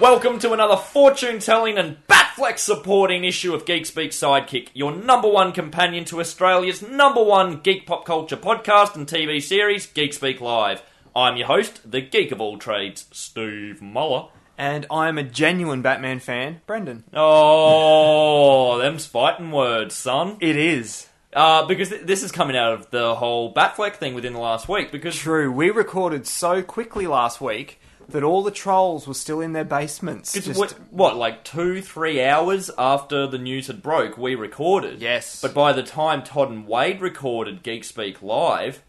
welcome to another fortune telling and Batflex supporting issue of Geek Speak Sidekick, your number one companion to Australia's number one geek pop culture podcast and TV series, Geek Speak Live. I'm your host, the geek of all trades, Steve Muller. And I am a genuine Batman fan, Brendan. Oh, them's fighting words, son. It is. Uh, because th- this is coming out of the whole Batfleck thing within the last week. Because True, we recorded so quickly last week that all the trolls were still in their basements. Because Just- what, what, like two, three hours after the news had broke, we recorded. Yes. But by the time Todd and Wade recorded Geek Speak Live,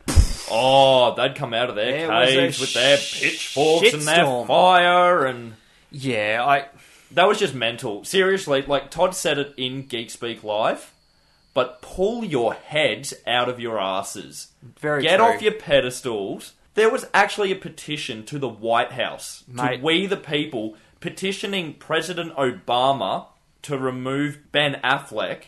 oh, they'd come out of their There was a caves with their pitchforks and their shitstorm. fire, and Yeah, I. that was just mental. Seriously, like Todd said it in Geek Speak Live, but pull your heads out of your asses. Very Get true. off your pedestals. There was actually a petition to the White House, Mate. to we the people, petitioning President Obama to remove Ben Affleck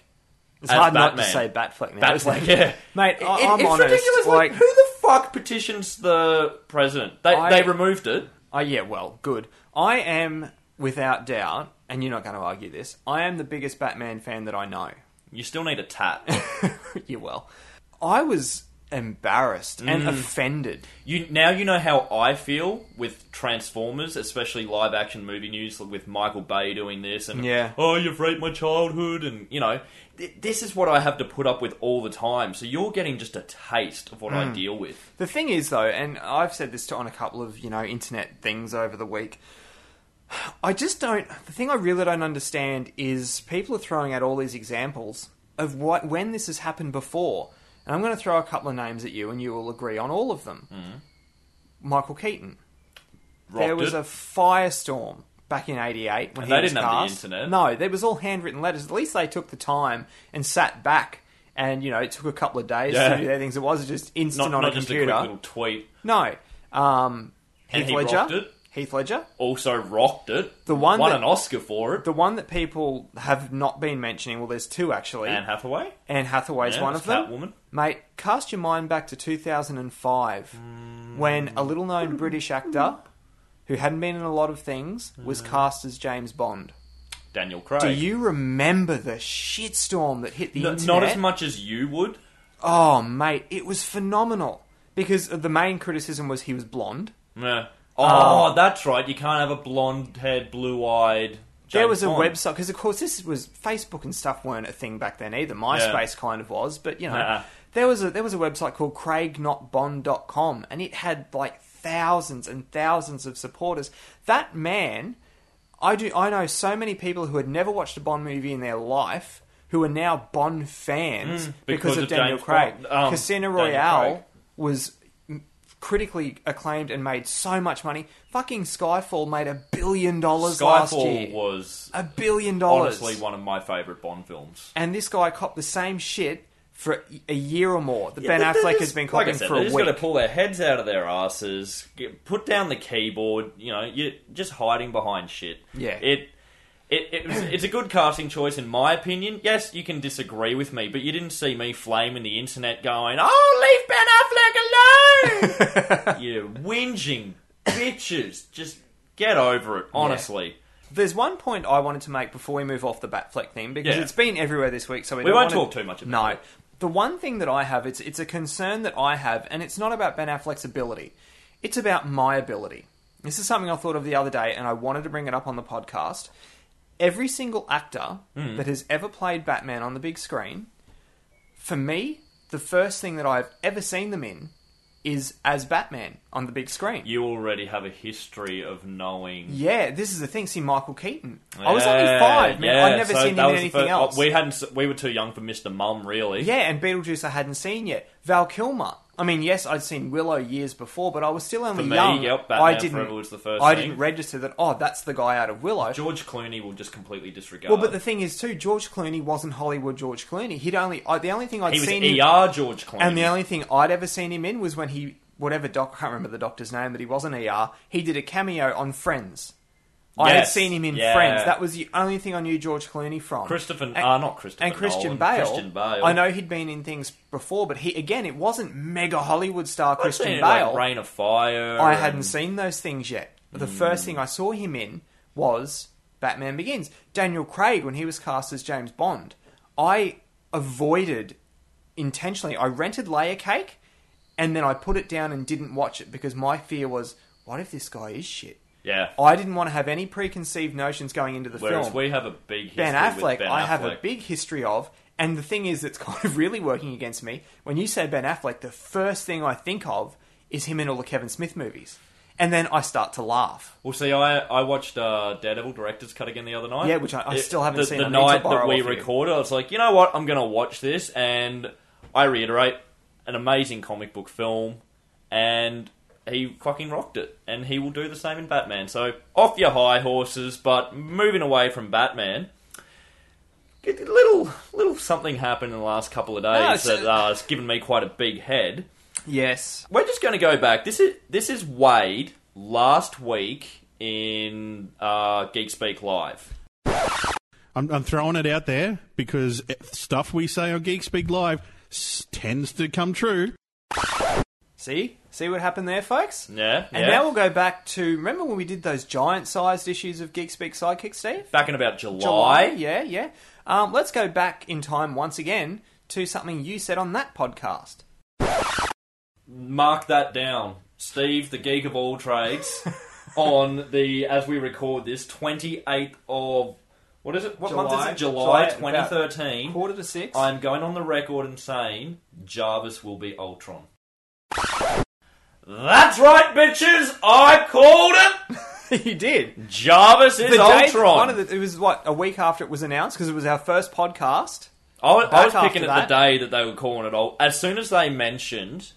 It's as hard Batman. not to say Batfleck now. isn't Batfleck, it? yeah. Mate, I- I'm it's honest, ridiculous. Like, like- who the fuck petitions the president? They, I- they removed it. Oh, yeah, well, good. I am, without doubt, and you're not going to argue this, I am the biggest Batman fan that I know. You still need a tat. you will. I was embarrassed Mm. and offended. You now you know how I feel with Transformers, especially live action movie news with Michael Bay doing this and Yeah. oh you've raped my childhood and you know th- this is what I have to put up with all the time. So you're getting just a taste of what Hmm. I deal with. The thing is, though, and I've said this to on a couple of you know internet things over the week. I just don't. The thing I really don't understand is people are throwing out all these examples of what when this has happened before, and I'm going to throw a couple of names at you, and you will agree on all of them. Michael Keaton. Mm-hmm. Rocked there was it. a firestorm back in '88 when And he they was didn't have the cast. internet. No, there was all handwritten letters. At least they took the time and sat back. And you know, it took a couple of days Yeah. to do their things. It wasn't just not instant on not a just computer. a quick little tweet. No. Um, And Heath he Ledger. rocked it. Heath Ledger. Also rocked it. The one won that- an Oscar for it. The one that people have not been mentioning, well, there's two actually. Anne Hathaway. Anne Hathaway's Yeah, one that's of them. Catwoman. Mate, cast your mind back to 2005 Mm. when a little known British actor who hadn't been in a lot of things was Mm. cast as James Bond. Daniel Craig. Do you remember the shitstorm that hit the N- internet? not as much as you would. Oh, mate, it was phenomenal. Because the main criticism was he was blonde. Yeah. Oh, that's right. You can't have a blonde-haired, blue-eyed. there James was a Bond. website because, of course, this was Facebook and stuff weren't a thing back then either. MySpace kind of was, but you know, Nuh-uh. there was a there was a website called CraigNotBond.com, and it had like thousands and thousands of supporters. That man, I do I know so many people who had never watched a Bond movie in their life who are now Bond fans because, Mm. because of, of Daniel James Craig. Bond. Um, Casino Daniel Royale Craig. was m- critically acclaimed and made so much money. Fucking Skyfall made a billion dollars last year. Skyfall was A billion dollars. honestly one of my favorite Bond films. And this guy copped the same shit for a year or more. The Ben They- they Affleck just- has been like I copying said, for they a just week. got to pull their heads out of their asses, get, put down the keyboard. You know, you're just hiding behind shit. Yeah. it. It, it was, it's a good casting choice, in my opinion. Yes, you can disagree with me, but you didn't see me flaming the internet going, "Oh, leave Ben Affleck alone!" you whinging bitches, just get over it. Honestly, There's one point I wanted to make before we move off the Batfleck thing because Yeah. it's been everywhere this week, so we, We don't won't wanna- talk too much about No, it. the one thing that I have it's it's a concern that I have, and it's not about Ben Affleck's ability. It's about my ability. This is something I thought of the other day, and I wanted to bring it up on the podcast. Every single actor Hmm. that has ever played Batman on the big screen, for me, the first thing that I've ever seen them in is as Batman on the big screen. you already have a history of knowing Yeah, this is the thing. See, Michael Keaton. I was only five, man. yeah, I'd never so seen that him was in the anything first- else. oh, We hadn't. s- We were too young for Mister Mum, really. Yeah, and Beetlejuice I hadn't seen yet. Val Kilmer. I mean, yes, I'd seen Willow years before, but I was still only For me, young. yep, Batman I didn't. Forever was the first I thing. didn't register that. Oh, that's the guy out of Willow. George Clooney will just completely disregard. well, but the thing is, too, George Clooney wasn't Hollywood George Clooney. He'd only I, the only thing I'd he was seen him, ER George Clooney. and the only thing I'd ever seen him in was when he whatever doc I can't remember the doctor's name, but he wasn't ER. He did a cameo on Friends. I had Yes, seen him in yeah. Friends. That was the only thing I knew George Clooney from. Christopher, uh, not Christopher, and Christian Nolan, Bale. Christian Bale. I know he'd been in things before, but he again, it wasn't mega Hollywood star I've seen Christian it, Bale. like Rain of Fire. I and- hadn't seen those things yet. The first thing I saw him in was Batman Begins. Daniel Craig, when he was cast as James Bond, I avoided intentionally. I rented Layer Cake and then I put it down and didn't watch it because my fear was, what if this guy is shit? Yeah. I didn't want to have any preconceived notions going into the Whereas film. we have a big history Ben Affleck, with Ben I have a Affleck. big history of. And the thing is, that's kind of really working against me. When you say Ben Affleck, the first thing I think of is him in all the Kevin Smith movies. And then I start to laugh. Well, see, I I watched uh, Daredevil director's cut again the other night. Yeah, which I- I still haven't the, seen. I The need to night borrow that we off you. recorded, I was like, you know what? I'm going to watch this, and I reiterate, an amazing comic book film, and he fucking rocked it, and he will do the same in Batman. So off your high horses, but moving away from Batman. A little, little something happened in the last couple of No, days it's- that uh, has given me quite a big head. Yes. We're just going to go back. This is this is Wade last week in uh, Geek Speak Live. I'm, I'm throwing it out there because stuff we say on Geek Speak Live s- tends to come true. See? See what happened there, folks? Yeah, And yeah. now we'll go back to remember when we did those giant sized issues of Geek Speak Sidekick, Steve? back in about July. Yeah, yeah. Um, let's go back in time once again to something you said on that podcast. Mark that down, Steve, the geek of all trades, on the as we record this twenty eighth of what is it? What month is it? July July, twenty about thirteen. Quarter to six. I'm going on the record and saying Jarvis will be Ultron. That's right, bitches. I called it. you did. Jarvis is day- Ultron. One of the, it was what a week after it was announced because it was our first podcast. I was, I was Back picking it after the day that they were calling it all. As soon as they mentioned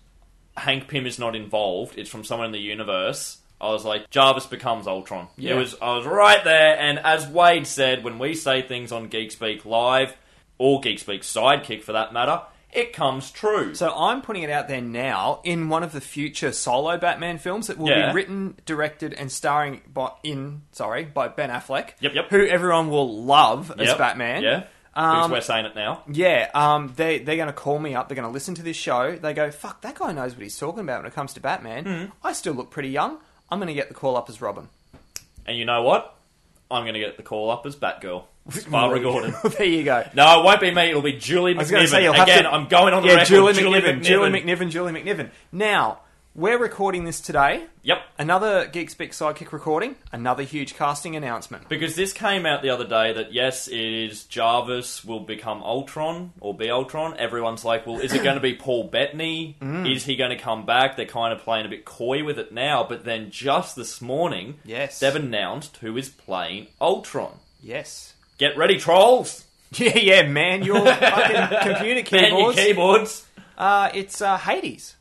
Hank Pym is not involved, it's from someone in the universe. I was like, Jarvis becomes Ultron. Yeah. It was I was right there, and as Wade said, when we say things on Geek Speak Live, or Geek Speak Sidekick for that matter, it comes true. So I'm putting it out there now in one of the future solo Batman films that will Yeah. be written, directed, and starring by, in sorry by Ben Affleck. Yep, yep. Who everyone will love as Yep. Batman. Yeah. Because Um, we're saying it now. Yeah, um, they they're going to call me up. They're going to listen to this show. They go, "Fuck, that guy knows what he's talking about when it comes to Batman." Hmm. I still look pretty young. I'm going to get the call up as Robin. And you know what? I'm going to get the call up as Batgirl. It's Barbara Gordon. there you go. No, it won't be me. It'll be Julie I was going McNiven. to say you'll have Again, to. I'm going on the yeah, record. Julie, McNiven, Julie McNiven. Julie McNiven. Now we're recording this today. Yep. Another Geekspeak sidekick recording. Another huge casting announcement. Because this came out the other day that yes, it is Jarvis will become Ultron or be Ultron. Everyone's like, well, is it going to be Paul Bettany? Mm. Is he going to come back? They're kind of playing a bit coy with it now. But then just this morning, Yes. they've announced who is playing Ultron. Yes. Get ready, trolls! Yeah, yeah, man. Your fucking computer Man your keyboards. keyboards. Uh, it's uh, Hades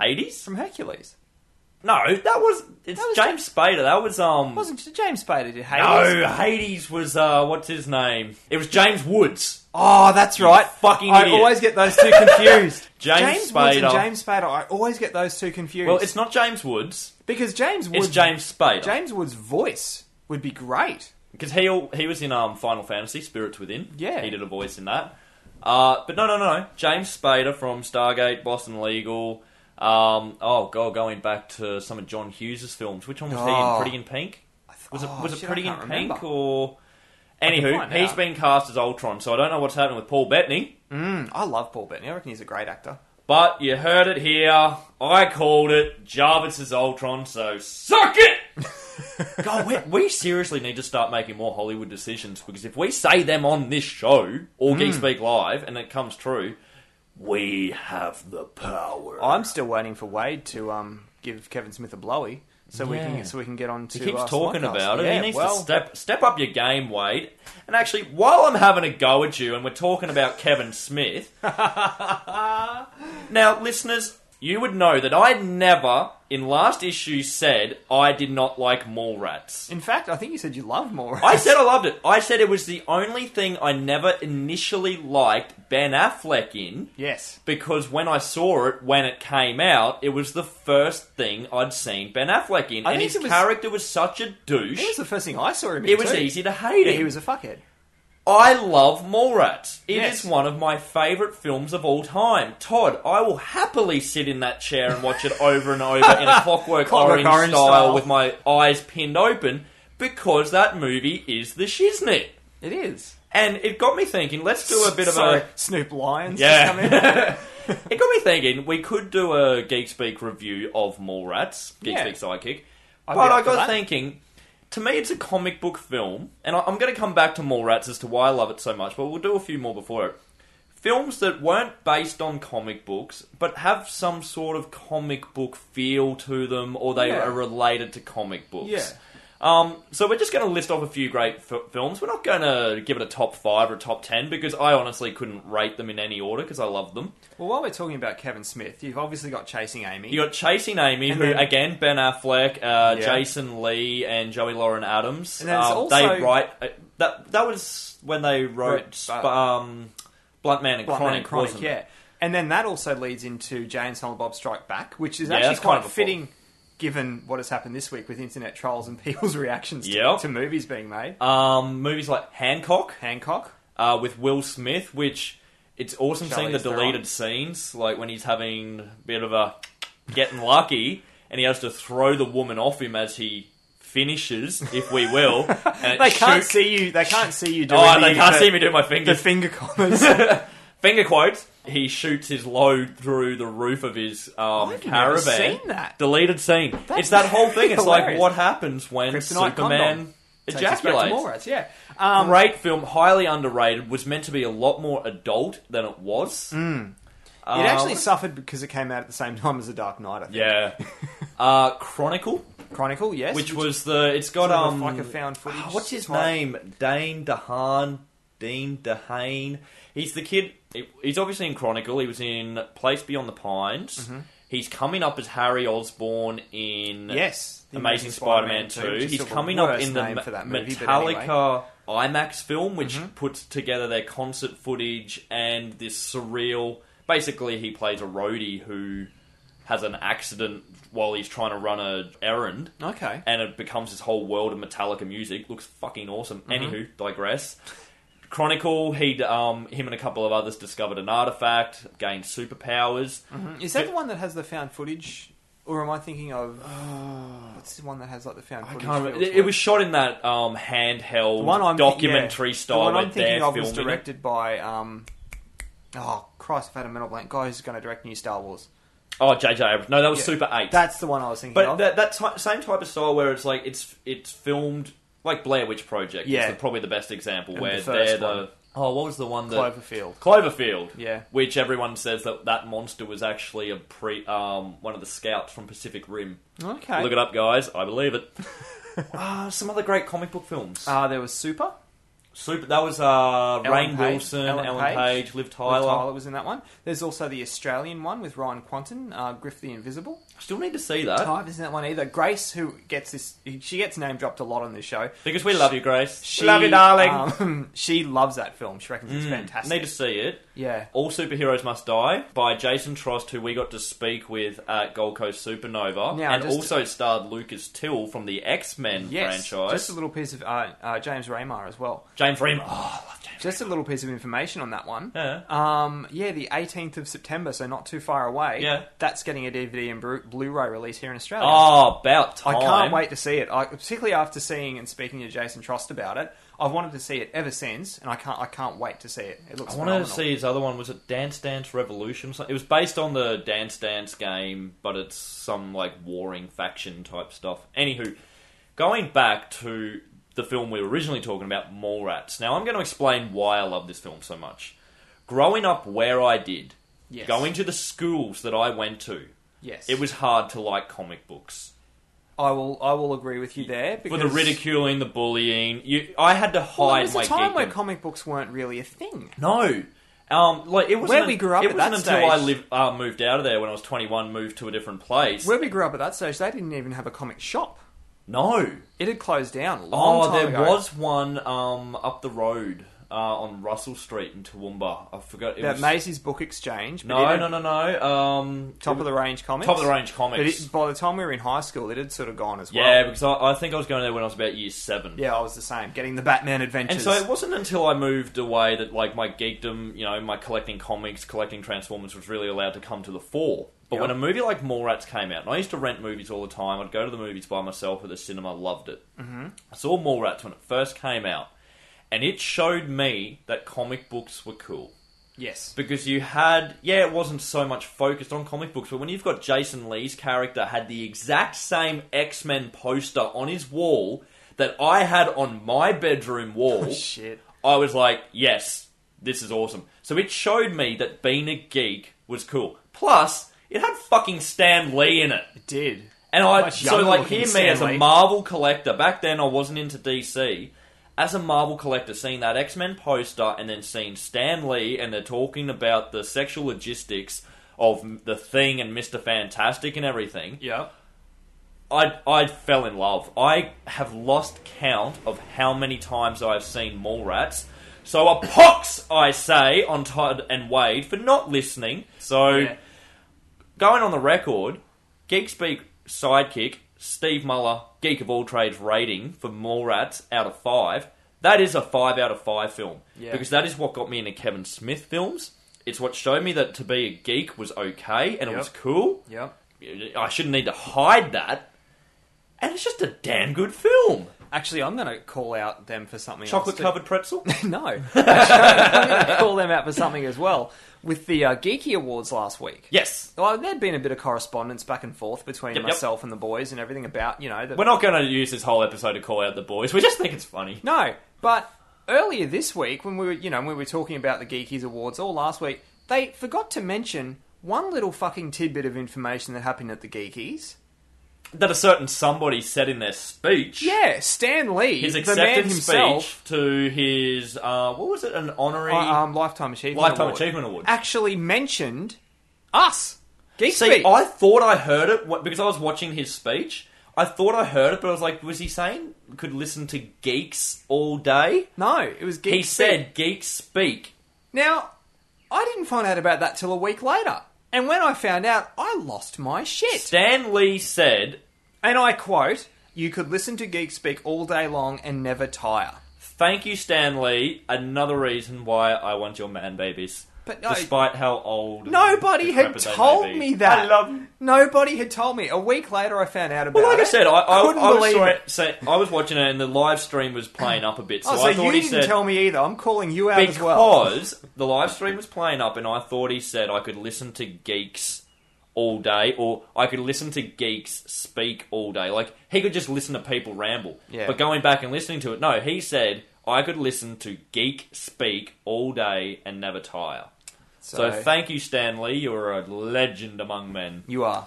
Hades? from Hercules. No, that was it's That was James Spader. That was um. Wasn't it James Spader did Hades? no, Hades was uh, what's his name? It was James Woods. Oh, that's right. fucking I idiot. always get those two confused. James Woods and Spader. James Spader. I always get those two confused. Well, it's not James Woods. because James Woods. It's James Spader. James Woods' voice would be great. Because he al- he was in um, Final Fantasy Spirits Within. Yeah. he did a voice in that. Uh, but no, no, no, no. James Spader from Stargate, Boston Legal. Um, oh god, going back to some of John Hughes' films. Which one was Oh. he in? Pretty in Pink. Was it oh, was shit, it Pretty I in can't Pink remember. or? can Anywho, find he's out. been cast as Ultron, so I don't know what's happening with Paul Bettany. Mm, I love Paul Bettany. I reckon he's a great actor. But you heard it here. I called it. Jarvis is Ultron, so suck it. God, we, we seriously need to start making more Hollywood decisions because if we say them on this show or Geek Speak Live and it comes true, we have the power. I'm still waiting for Wade to um, give Kevin Smith a blowy, so we Yeah. can so we can get on to. he keeps uh, talking Slidecast. about it. Yeah, he needs well, to step step up your game, Wade. And actually, while I'm having a go at you and we're talking about Kevin Smith, now listeners, you would know that I never in last issue said I did not like Mallrats. In fact, I think you said you love more. I said I loved it. I said it was the only thing I never initially liked Ben Affleck in yes. because when I saw it when it came out, it was the first thing I'd seen Ben Affleck in, I and think his it was- character was such a douche. It was the first thing I saw him. in, It was too. easy to hate Yeah, him. he was a fuckhead. I love Mallrats. It is Yes. one of my favourite films of all time. Todd, I will happily sit in that chair and watch it over and over in a Clockwork, Clockwork Orange, Orange style, style. with my eyes pinned open because that movie is the shiznit. It is. And it got me thinking, let's do a bit of Sorry, a. Snoop Lions. Yeah. Just come in. It got me thinking, we could do a Geek Speak review of Mallrats, Geek Yeah. Speak Sidekick. I'd be but up I for got that. thinking, to me it's a comic book film, and I, I'm going to come back to Mallrats as to why I love it so much, but we'll do a few more before it. Films that weren't based on comic books, but have some sort of comic book feel to them, or they Yeah. are related to comic books. Yeah. Um, so we're just going to list off a few great f- films. We're not going to give it a top five or a top ten because I honestly couldn't rate them in any order because I love them. well, while we're talking about Kevin Smith, you've obviously got Chasing Amy. You got Chasing Amy, And who then- again Ben Affleck, uh, Yeah. Jason Lee, and Joey Lauren Adams. And then it's Um, also- they write uh, that. That was when they wrote Wrote, sp- um, Blunt Man and Blunt Man Chronic, and Chronic, wasn't it? yeah. And then that also leads into Jay and Silent Bob Strike Back, which is Yeah, actually that's kind quite of a fitting given what has happened this week with internet trolls and people's reactions to, Yep. to movies being made. Um, movies like Hancock Hancock. uh, with Will Smith, which it's awesome Charlize seeing the Theron. deleted scenes, like when he's having a bit of a getting lucky, and he has to throw the woman off him as he finishes, if we will. And They it can't shoots- see you. They can't see you doing. Oh, the, they can't the- see me do my The fingers. finger comments. Finger quotes. He shoots his load through the roof of his um, I've never caravan. seen that. Deleted scene. That's it's that whole thing. It's like hilarious. what happens when Kryptonite Superman condom. Takes us back to ejaculates. Mallrats, yeah. Um, Great film, highly underrated. Was meant to be a lot more adult than it was. Mm. It actually suffered because it came out at the same time as The Dark Knight. I think. Uh, yeah. uh, Chronicle, Chronicle, yes. which was the it's got sort of um like a found footage oh, what's his type. name? Dane DeHaan. Dean DeHaan. He's the kid. he- He's obviously in Chronicle. He was in Place Beyond the Pines. Mm-hmm. He's coming up as Harry Osborn in yes, The Amazing Spider-Man two, which Two. is He's sort of coming a up worse in the name Me- for that movie, but anyway. Mm-hmm. Metallica IMAX film, which puts together their concert footage and this surreal. Basically, he plays a roadie who has an accident while he's trying to run a errand Okay. and it becomes this whole world of Metallica music. Looks fucking awesome. Mm-hmm. Anywho, digress. Chronicle. He, um, him, and a couple of others discovered an artifact, gained superpowers. Is that the one that has the found footage, or am I thinking of what's the one that has like the found I footage? can't remember. feel It, to it was shot in that um, handheld documentary yeah, style. The one where I'm thinking they're of was filming it. directed by um, oh Christ, I've had a mental blank. Guy who's going to direct new Star Wars. Oh, JJ Abrams. No, that was Yeah. Super Eight. That's the one I was thinking but of. that, that ty- same type of style where it's like it's it's filmed like Blair Witch Project. Yeah. is the- probably the best example And where the first they're one. the. Oh, what was the one that Cloverfield. Cloverfield. Yeah. Which everyone says that that monster was actually a pre um, one of the scouts from Pacific Rim. Okay. Look it up, guys. I believe it. Ah, some other great comic book films. Uh, there was Super. Super. That was uh, Ellen Rain Page- Wilson, Ellen, Ellen Page, Page, Liv Tyler. Tyler. Tyler was in that one. There's also the Australian one with Ryan Quanten, uh, Griff the Invisible. Still need to see that I've isn't that one either. Grace, who gets this, she gets name dropped a lot on this show. because we love you, Grace. She, love you, darling. Mm. um, she loves that film. She reckons it's fantastic. Need to see it. yeah. All Superheroes Must Die by Jason Trost, who we got to speak with at Gold Coast Supernova, Now, and just- also starred Lucas Till from the X Men Yes. franchise. Just a little piece of uh, uh, James Raymar as well. James Ream. Oh, I love James. Just a little piece of information on that one. Yeah. Um, yeah, the 18th of September, so not too far away. Yeah. That's getting a DVD and Blu- Blu-ray release here in Australia. Oh, about time. I can't wait to see it. I, particularly after seeing and speaking to Jason Trost about it, I've wanted to see it ever since, and I can't. I can't wait to see it. It looks. I wanted to phenomenal. see his other one. Was it Dance Dance Revolution? So- It was based on the Dance Dance game, but it's some like warring faction type stuff. Anywho, going back to the film we were originally talking about, Mallrats. Now I'm going to explain why I love this film so much. Growing up where I did, Yes. going to the schools that I went to, Yes, it was hard to like comic books. I will. I will agree with you there. Because, For the ridiculing, the bullying, you, I had to hide Well, there was my a time where geekdom. comic books weren't really a thing. No. Um, like it was Where we grew up It at wasn't that until I stage- lived, uh, moved out of there when I was 21, moved to a different place. Where we grew up at that stage, they didn't even have a comic shop. No. It had closed down a long Oh, time there ago. was one um, up the road uh, on Russell Street in Toowoomba. I forgot. It that was, Macy's Book Exchange. But it no, had no, no, no. Um, Top of the range comics. Top of the Range Comics. But it, by the time we were in high school, it had sort of gone as well. yeah, because I, I think I was going there when I was about year seven. Yeah, I was the same. Getting the Batman And Adventures. so it wasn't until I moved away that like my geekdom, you know, my collecting comics, collecting Transformers was really allowed to come to the fore. But Yeah. when a movie like Mallrats came out, and I used to rent movies all the time, I'd go to the movies by myself at the cinema, loved it. Mm-hmm. I saw Mallrats when it first came out, and it showed me that comic books were cool. Yes. Because you had, yeah, it wasn't so much focused on comic books, but when you've got Jason Lee's character had the exact same X Men poster on his wall that I had on my bedroom wall, Oh, Shit. I was like, yes, this is awesome. So it showed me that being a geek was cool. Plus, it had fucking Stan Lee in it. It did. And I Much so younger like looking hear me Stan as a Lee. Marvel collector. Back then I wasn't into DC. As a Marvel collector, seeing that X Men poster and then seeing Stan Lee and they're talking about the sexual logistics of the Thing and Mister Fantastic and everything, Yeah. I I fell in love. I have lost count of how many times I've seen Mallrats. So a pox, I say, on Todd and Wade for not listening. So Yeah. going on the record, Geek Speak sidekick Steve Muller, Geek of All Trades rating for Mallrats out of five. That is a five out of five film Yeah. because that is what got me into Kevin Smith films. It's what showed me that to be a geek was okay and it Yep. was cool. Yeah. I shouldn't need to hide that. And it's just a damn good film. Actually, I'm going to call out them for something. Chocolate else too. covered pretzel. no. Actually, I'm going to call them out for something as well. With the uh, Geeky Awards last week. yes. Well, there'd been a bit of correspondence back and forth between Yep, yep. myself and the boys and everything about, you know, the We're not going to use this whole episode to call out the boys. We just think it's funny. No, but earlier this week, when we were, you know, when we were talking about the Geekies Awards all last week, they forgot to mention one little fucking tidbit of information that happened at the Geekies. That a certain somebody said in their speech. Yeah, Stan Lee, his the man acceptance himself, speech to his uh, what was it an honorary uh, um, Lifetime Achievement lifetime Award, achievement award actually mentioned us. Geek see Speak. i thought i heard it wh- because i was watching his speech i thought i heard it but i was like was he saying could listen to geeks all day no, it was Geek he Speak. said geeks speak Now, I didn't find out about that till a week later. And when I found out, I lost my shit. stan lee said And I quote, you could listen to Geek Speak all day long and never tire. thank you stan lee another reason why i want your man babies But no- despite how old and Nobody had decrepit they may told be. me that. i love Nobody had told me. A week later, I found out about Well, like it. I said, I, I, couldn't I was believe sorry, it. say, I was watching it, and the live stream was playing up a bit. So Oh, so I you thought he didn't said tell me either. I'm calling you out as well. because the live stream was playing up, and I thought he said I could listen to geeks all day, or I could listen to geeks speak all day. Like he could just listen to people ramble. Yeah. But going back and listening to it, no, he said I could listen to geek speak all day and never tire. So, thank you, Stanley. You're a legend among men. you are.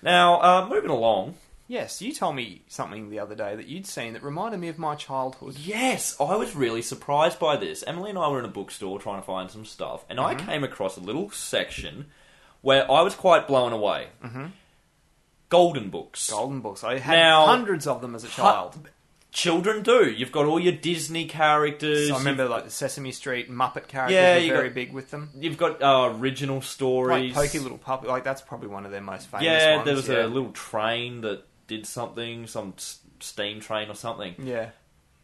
Now, uh, moving along. Yes, you told me something the other day that you'd seen that reminded me of my childhood. Yes, I was really surprised by this. Emily and I were in a bookstore trying to find some stuff, and I Mm-hmm. came across a little section where I was quite blown away. Mm-hmm. Golden books. Golden books. I had Now- hundreds of them as a child. Children do. You've got all your Disney characters. So I remember like the Sesame Street Muppet characters Yeah, you were very got- big with them. You've, you've got uh, original Like stories. Pokey Little Puppet. Like that's probably one of their most famous. yeah, ones, there was yeah. a little train that did something, some s- steam train or something. Yeah.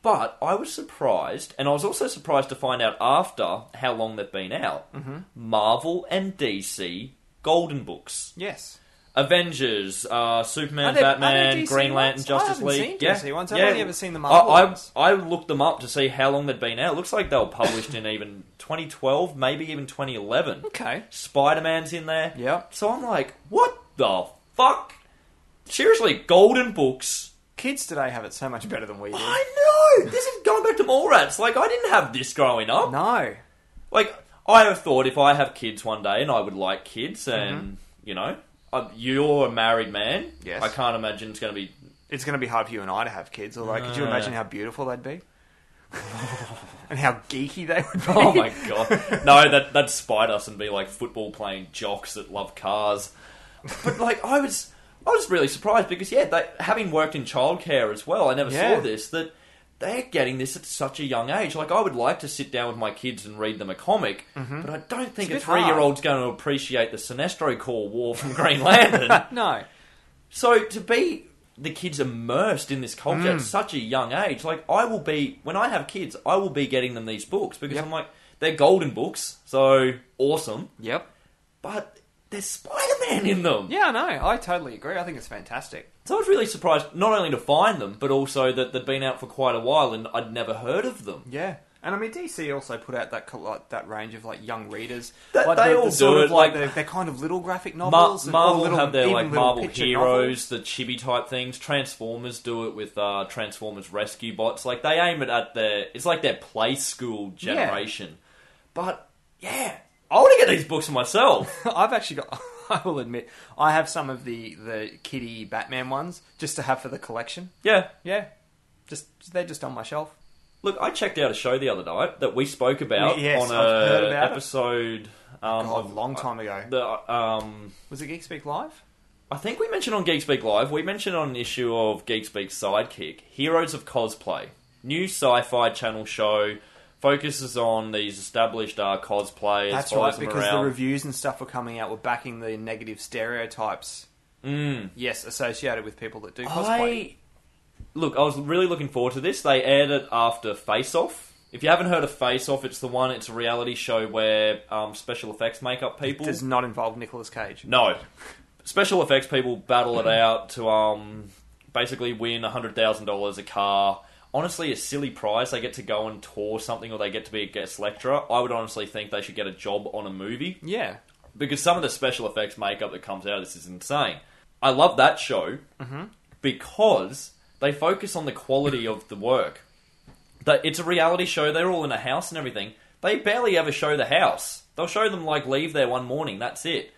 But I was surprised, and I was also surprised to find out after how long they've been out. Mm-hmm. Marvel and DC Golden Books, Yes. Avengers, uh, Superman, Are there- are Batman, there DC Green Lantern, ones? I Justice haven't League. seen yeah, DC ones. I've yeah. only ever seen the Marvel I, I, ones. I looked them up to see how long they'd been out. It looks like they were published in even 2012, maybe even 2011. Okay. Spider Man's in there. Yep. So I'm like, what the fuck? Seriously, Golden Books. Kids today have it so much better than we did. I know. This is going back to Mallrats. Like I didn't have this growing up. No. Like I have thought if I have kids one day and I would like kids, and you know, I, you're a married man. Mm-hmm. Yes. I can't imagine it's going to be. It's going to be hard for you and I to have kids, although could you No. imagine how beautiful they'd be? and how geeky they would be. Oh my god! No, that that'd spite us and be like football playing jocks that love cars. But like I was, I was really surprised because yeah, they, having worked in childcare as well, I never Yeah. saw this that. They're getting this at such a young age. Like, I would like to sit down with my kids and read them a comic, but I don't think Mm-hmm. It's a a, bit three year old's going to appreciate the Sinestro Corps War from Green Lantern. No. So to be the kids immersed in this culture at such a young age, like I will be when I have kids, I will be getting them these books because Yep. I'm like they're golden books, so awesome. Yep. But there's Spider Man in them. Yeah, I know. I totally agree. I think it's fantastic. So I was really surprised not only to find them, but also that they'd been out for quite a while and I'd never heard of them. Yeah. And I mean, DC also put out that col- like, that range of like young readers. That- like, they all sort do of it, like, like- they're, they're kind of little graphic Mar- novels. and- or Marvel little, have their even like little Marvel picture heroes, the chibi type things. Transformers do it with uh, Transformers Rescue Bots. Like they aim it at their, it's like their play school Yeah. generation. But yeah, I want to get these books myself. novels. I've actually got. I will admit, I have some of the the kiddie Batman ones just to have for the collection. yeah, Yeah, just they're just on my shelf. Look, I checked out a show the other night that we spoke about Y- yes, on I've heard a about it. episode. Um, God, of- long time ago. the, um, Was it Geek Speak Live? I think we mentioned on Geek Speak Live. We mentioned on an issue of Geek Speak Sidekick, Heroes of Cosplay, new sci-fi channel show. Focuses on these established uh, cosplayers. That's follows right, them because around. the reviews and stuff were coming out were backing the negative stereotypes. Mm. Yes, associated with people that do I cosplay. look. I was really looking forward to this. They aired it after Face Off. If you haven't heard of Face Off, it's the one. It's a reality show where um, special effects makeup people. Does not involve Nicolas Cage. No, special effects people battle it out to um, basically win hundred thousand dollars a car. Honestly, a silly prize. They get to go and tour something, or they get to be a guest lecturer. I would honestly think they should get a job on a movie Yeah, because some of the special effects makeup that comes out of this is insane. I love that show because they focus on the quality of the work. That it's a reality show. They're all in a house and everything. They barely ever show the house. They'll show them like leave there one morning. That's it.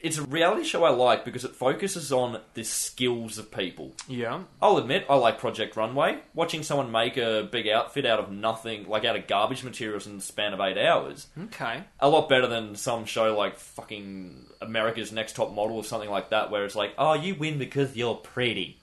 It's a reality show I like because it focuses on the skills of people. yeah. I'll admit, I like Project Runway. Watching someone make a big outfit out of nothing, like out of garbage materials in the span of eight hours, Okay. a lot better than some show like fucking America's Next Top Model or something like that, where it's like, oh, you win because you're pretty.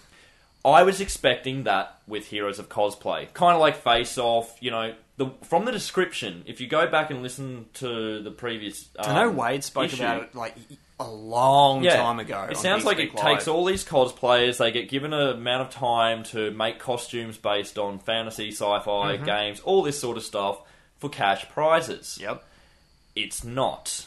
I was expecting that with Heroes of Cosplay, kind of like Face Off. You know, the, from the description, if you go back and listen to the previous, um, I know Wade spoke issue- about it like a long yeah, time ago. on It sounds Geek like Speak it Live. takes all these cosplayers, they get given an amount of time to make costumes based on fantasy, sci fi, Mm-hmm. games, all this sort of stuff for cash prizes. Yep. It's not.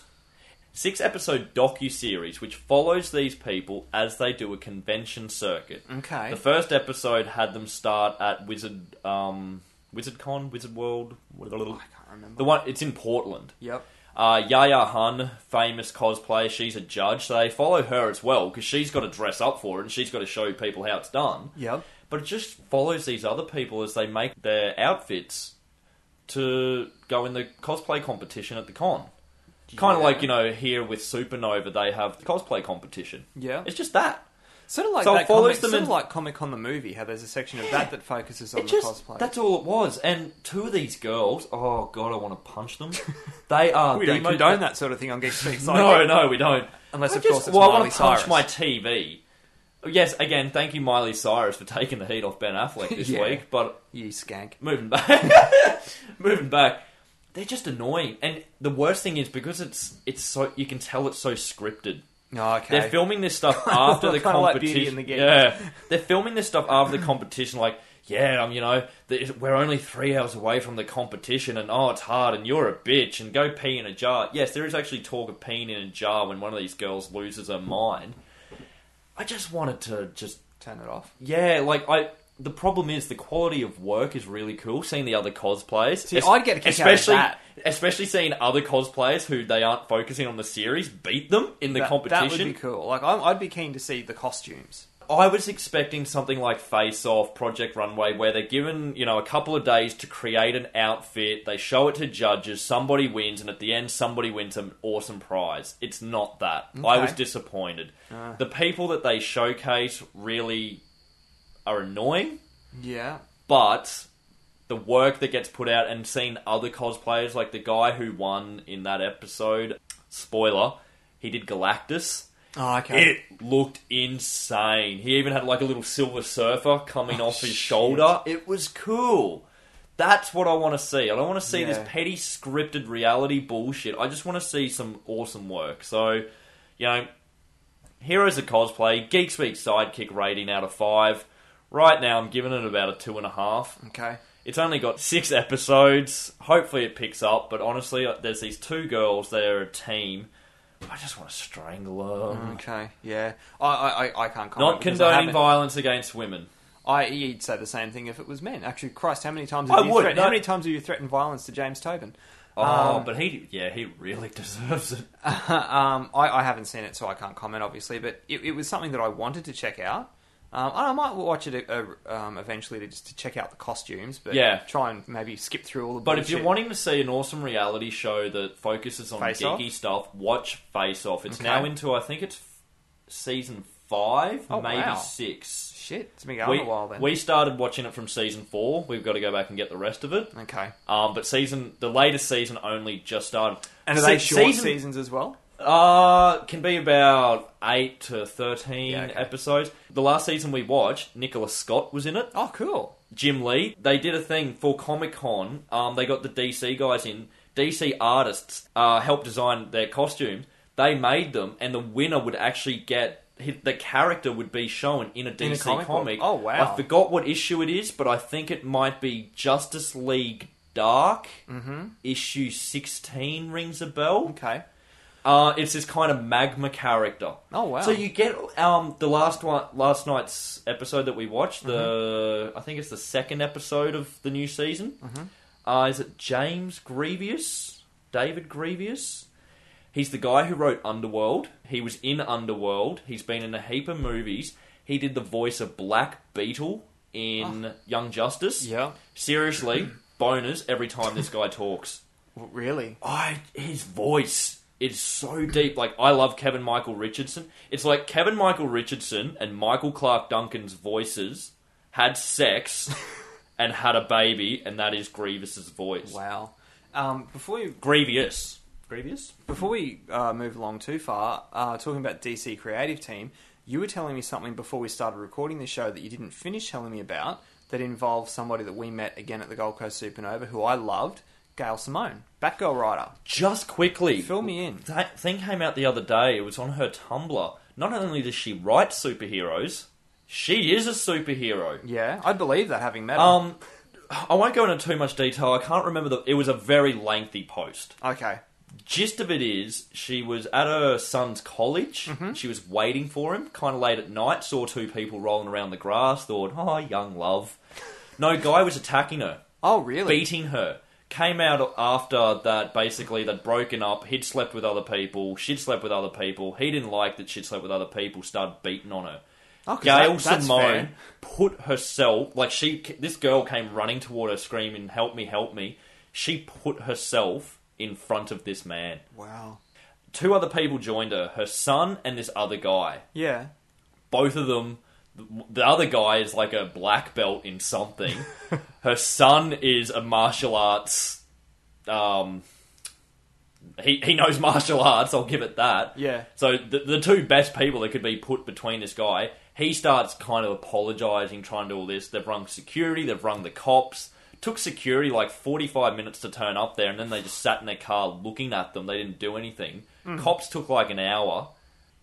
Six episode docu series which follows these people as they do a convention circuit. Okay. The first episode had them start at Wizard um WizardCon, Wizard World, what the little I can't remember. the one it's in Portland. Yep. Uh, Yaya Hun, famous cosplayer, she's a judge. So they follow her as well because she's got to dress up for it and she's got to show people how it's done. Yep. But it just follows these other people as they make their outfits to go in the cosplay competition at the con. Kind of Yeah. like, you know, here with Supernova, they have the cosplay competition. Yeah. It's just that. Sort of like So it that follows comic, them sort of in- like Comic Con the movie, how there's a section of that that focuses on It the just, cosplay. that's all it was. And two of these girls, oh god, I want to punch them. they are. we the don't mo- condone that sort of thing on Geek Speak. No, no, we don't. Unless, I of just- course, it's well, I Miley want to punch Cyrus. my TV. Yes, again, thank you, Miley Cyrus, for taking the heat off Ben Affleck this Yeah. week. But You skank. moving back, moving back, they're just annoying. And the worst thing is because it's it's so you can tell it's so scripted. No, okay. They're filming this stuff after the Kinda like Beauty competition. and the Geek. yeah, they're filming this stuff after the competition. Like, yeah, um, you know, the, we're only three hours away from the competition, and oh, it's hard, and you're a bitch, and go pee in a jar. Yes, there is actually talk of peeing in a jar when one of these girls loses her mind. I just wanted to just Turn it off. yeah, like I. The problem is the quality of work is really cool. Seeing the other cosplayers, See, I'd get a kick out of especially that. especially seeing other cosplayers who they aren't focusing on the series beat them in the That- competition. That would be cool. Like, I'm, I'd be keen to see the costumes. I was expecting something like Face Off, Project Runway, where they're given, you know, a couple of days to create an outfit, they show it to judges, somebody wins, and at the end, somebody wins an awesome prize. It's not that. I Okay. Ah. was disappointed. The people that they showcase really are annoying, Yeah. but the work that gets put out and seeing other cosplayers, like the guy who won in that episode, spoiler, he did Galactus. Oh, okay. It looked insane. He even had like a little silver surfer coming off his Oh, shit. shoulder. It was cool. That's what I want to see. I don't want to see this Yeah. petty scripted reality bullshit. I just want to see some awesome work. So, you know, Heroes of Cosplay, Geeks Week Sidekick rating out of five. Right now, I'm giving it about a two and a half. okay. It's only got six episodes. Hopefully, it picks up. But honestly, uh, there's these two girls. They're a team. I just want to strangle them. Okay, yeah. I, I, I- I can't comment. Not because I condoning haven't. violence against women. I, you'd say the same thing if it was men. Actually, Christ, how many times I have you would, threatened, no. how many times have you threatened violence to James Tobin? Oh, but he, yeah, he really deserves it. um, I, I haven't seen it, so I can't comment, obviously. But it, it was something that I wanted to check out. Um, and I might watch it uh, um, eventually to just to check out the costumes, but Yeah. try and maybe skip through all the. But if you're bullshit. wanting to see an awesome reality show that focuses on Face Off? geeky stuff, watch Face Off. It's Okay. now into, I think it's f- season five, Oh, maybe wow. six. shit, it's been going we, a while then. we started watching it from season four. We've got to go back and get the rest of it. okay, Um, but season the latest season only just started. and are Se- they short season- seasons as well? Uh, can be about eight to thirteen Yeah, okay. episodes. The last season we watched, Nicholas Scott was in it. Oh, cool. Jim Lee. They did a thing for Comic Con. Um, they got the DC guys in. DC artists uh, helped design their costumes. They made them, and the winner would actually get hi- the character would be shown in a DC comic comic. book. Oh, wow. I forgot what issue it is, but I think it might be Justice League Dark issue sixteen. Rings a bell. Mm-hmm. Okay, Uh, it's this kind of magma character. Oh, wow. So you get um, the last one, last night's episode that we watched. The Mm-hmm. I think it's the second episode of the new season. Mm-hmm. Uh, is it James Grievous? David Grievous? He's the guy who wrote Underworld. He was in Underworld. He's been in a heap of movies. He did the voice of Black Beetle in Young Justice. Oh. Yeah. Seriously, boners every time this guy talks. W- really? I his voice is so deep. Like I love Kevin Michael Richardson. It's like Kevin Michael Richardson and Michael Clark Duncan's voices had sex and had a baby, and that is Grievous's voice. Wow. Um, before you Grievous. Grievous. Before we uh, move along too far, uh, talking about DC creative team, you were telling me something before we started recording the show that you didn't finish telling me about that involved somebody that we met again at the Gold Coast Supernova, who I loved, Gail Simone, Batgirl writer. Just quickly, Fill me in. That thing came out the other day. It was on her Tumblr. Not only does she write superheroes, she is a superhero. Yeah, I believe that having met her. Um, I won't go into too much detail. I can't remember the. It was a very lengthy post. okay, gist of it is she was at her son's college. Mm-hmm. She was waiting for him, kind of late at night. Saw two people rolling around the grass. Thought, oh, young love. No guy was attacking her, oh really? beating her. Came out after that. Basically, they'd broken up. He'd slept with other people. She'd slept with other people. He didn't like that she'd slept with other people. Started beating on her. Oh, 'cause Gail that- that's Simone fair. put herself like she this girl came running toward her screaming help me help me she put herself in front of this man Wow. two other people joined her her son and this other guy Yeah. both of them the other guy is like a black belt in something her son is a martial arts um he, he knows martial arts i'll give it that Yeah. so the, the two best people that could be put between this guy he starts kind of apologizing trying to do all this they've rung security they've rung the cops took security like 45 minutes to turn up there and then they just sat in their car looking at them they didn't do anything cops took like an hour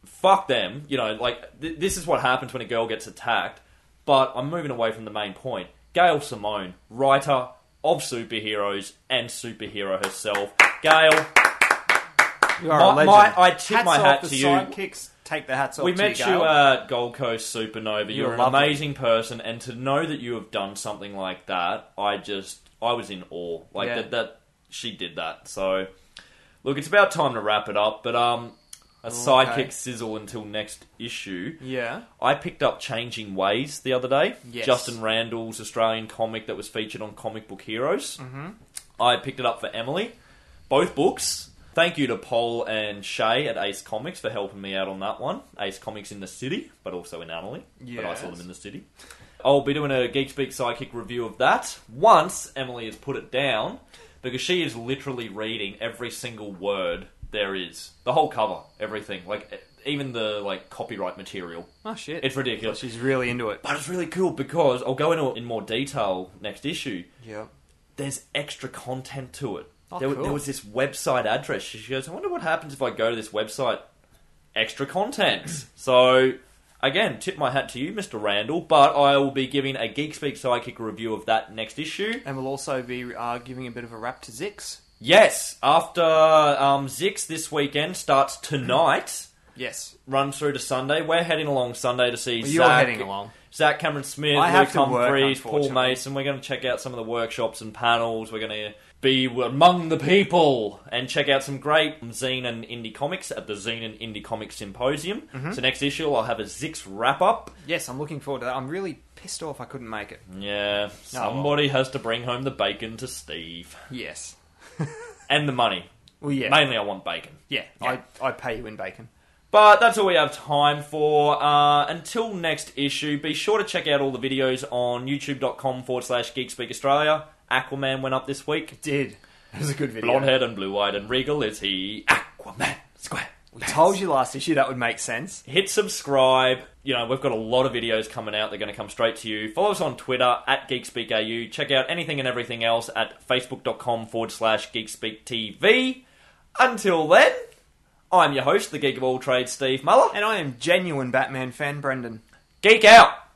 fuck them. You know, like th- this is what happens when a girl gets attacked. But I'm moving away from the main point. Gail Simone, writer of superheroes and superhero herself. Gail, You are My- a legend. my- I tip hats my off hat the to you. Sidekicks take the hats off. we to met Gail. you uh, at Gold Coast Supernova. You're, You're an lovely. amazing person, and to know that you have done something like that, I just I was in awe. Like Yeah. that, that she did that. So, look, it's about time to wrap it up. But um, a sidekick sizzle until next issue. yeah. I picked up Changing Ways the other day. Yes. Justin Randall's Australian comic that was featured on Comic Book Heroes. Mm-hmm. I picked it up for Emily. Both books. Thank you to Paul and Shay at Ace Comics for helping me out on that one. Ace Comics in the city, but also in Annalee. But I saw Yes. them in the city. I'll be doing a Geek Speak Psychic review of that once Emily has put it down, because she is literally reading every single word there is. The whole cover, everything. Like, e- even the, like, copyright material. Oh shit. It's ridiculous. She's really into it. But it's really cool because I'll go into it in more detail next issue. Yeah. There's extra content to it. Oh, there, wa- cool. there was this website address. She goes, I wonder what happens if I go to this website. Extra content. so, again, tip my hat to you, Mr. Randall. But I will be giving a Geek Speak Psychic review of that next issue. And we'll also be uh, giving a bit of a rap to Zix. Yes, after um, Zix this weekend starts tonight, Yes. run through to Sunday. We're heading along Sunday to see Well, you're Zach, heading along. Zach Cameron Smith, I have Luke to work, Humphries, Paul unfortunately. Mason. We're going to check out some of the workshops and panels. We're going to be among the people and check out some great zine and indie comics at the Zine and Indie Comics Symposium. Mm-hmm. So next issue, I'll have a Zix wrap up. Yes, I'm looking forward to that. I'm really pissed off I couldn't make it. Oh, Yeah, somebody has to bring home the bacon to Steve Yes. and the money. Well, yeah. Mainly, I want bacon. yeah, I, I'd pay you in bacon. But that's all we have time for. Uh, until next issue, be sure to check out all the videos on youtube.com forward slash Geekspeak Australia. Aquaman went up this week. Did. It was a good video. Blonde haired and blue eyed and regal is he. Aquaman. Square. We told you last issue that would make sense. Hit subscribe. You know, we've got a lot of videos coming out. They're going to come straight to you. Follow us on Twitter at GeekspeakAU. Check out anything and everything else at facebook.com forward slash GeekspeakTV. Until then, I'm your host, the Geek of All Trades, Steve Muller. And I am genuine Batman fan, Brendan. Geek out!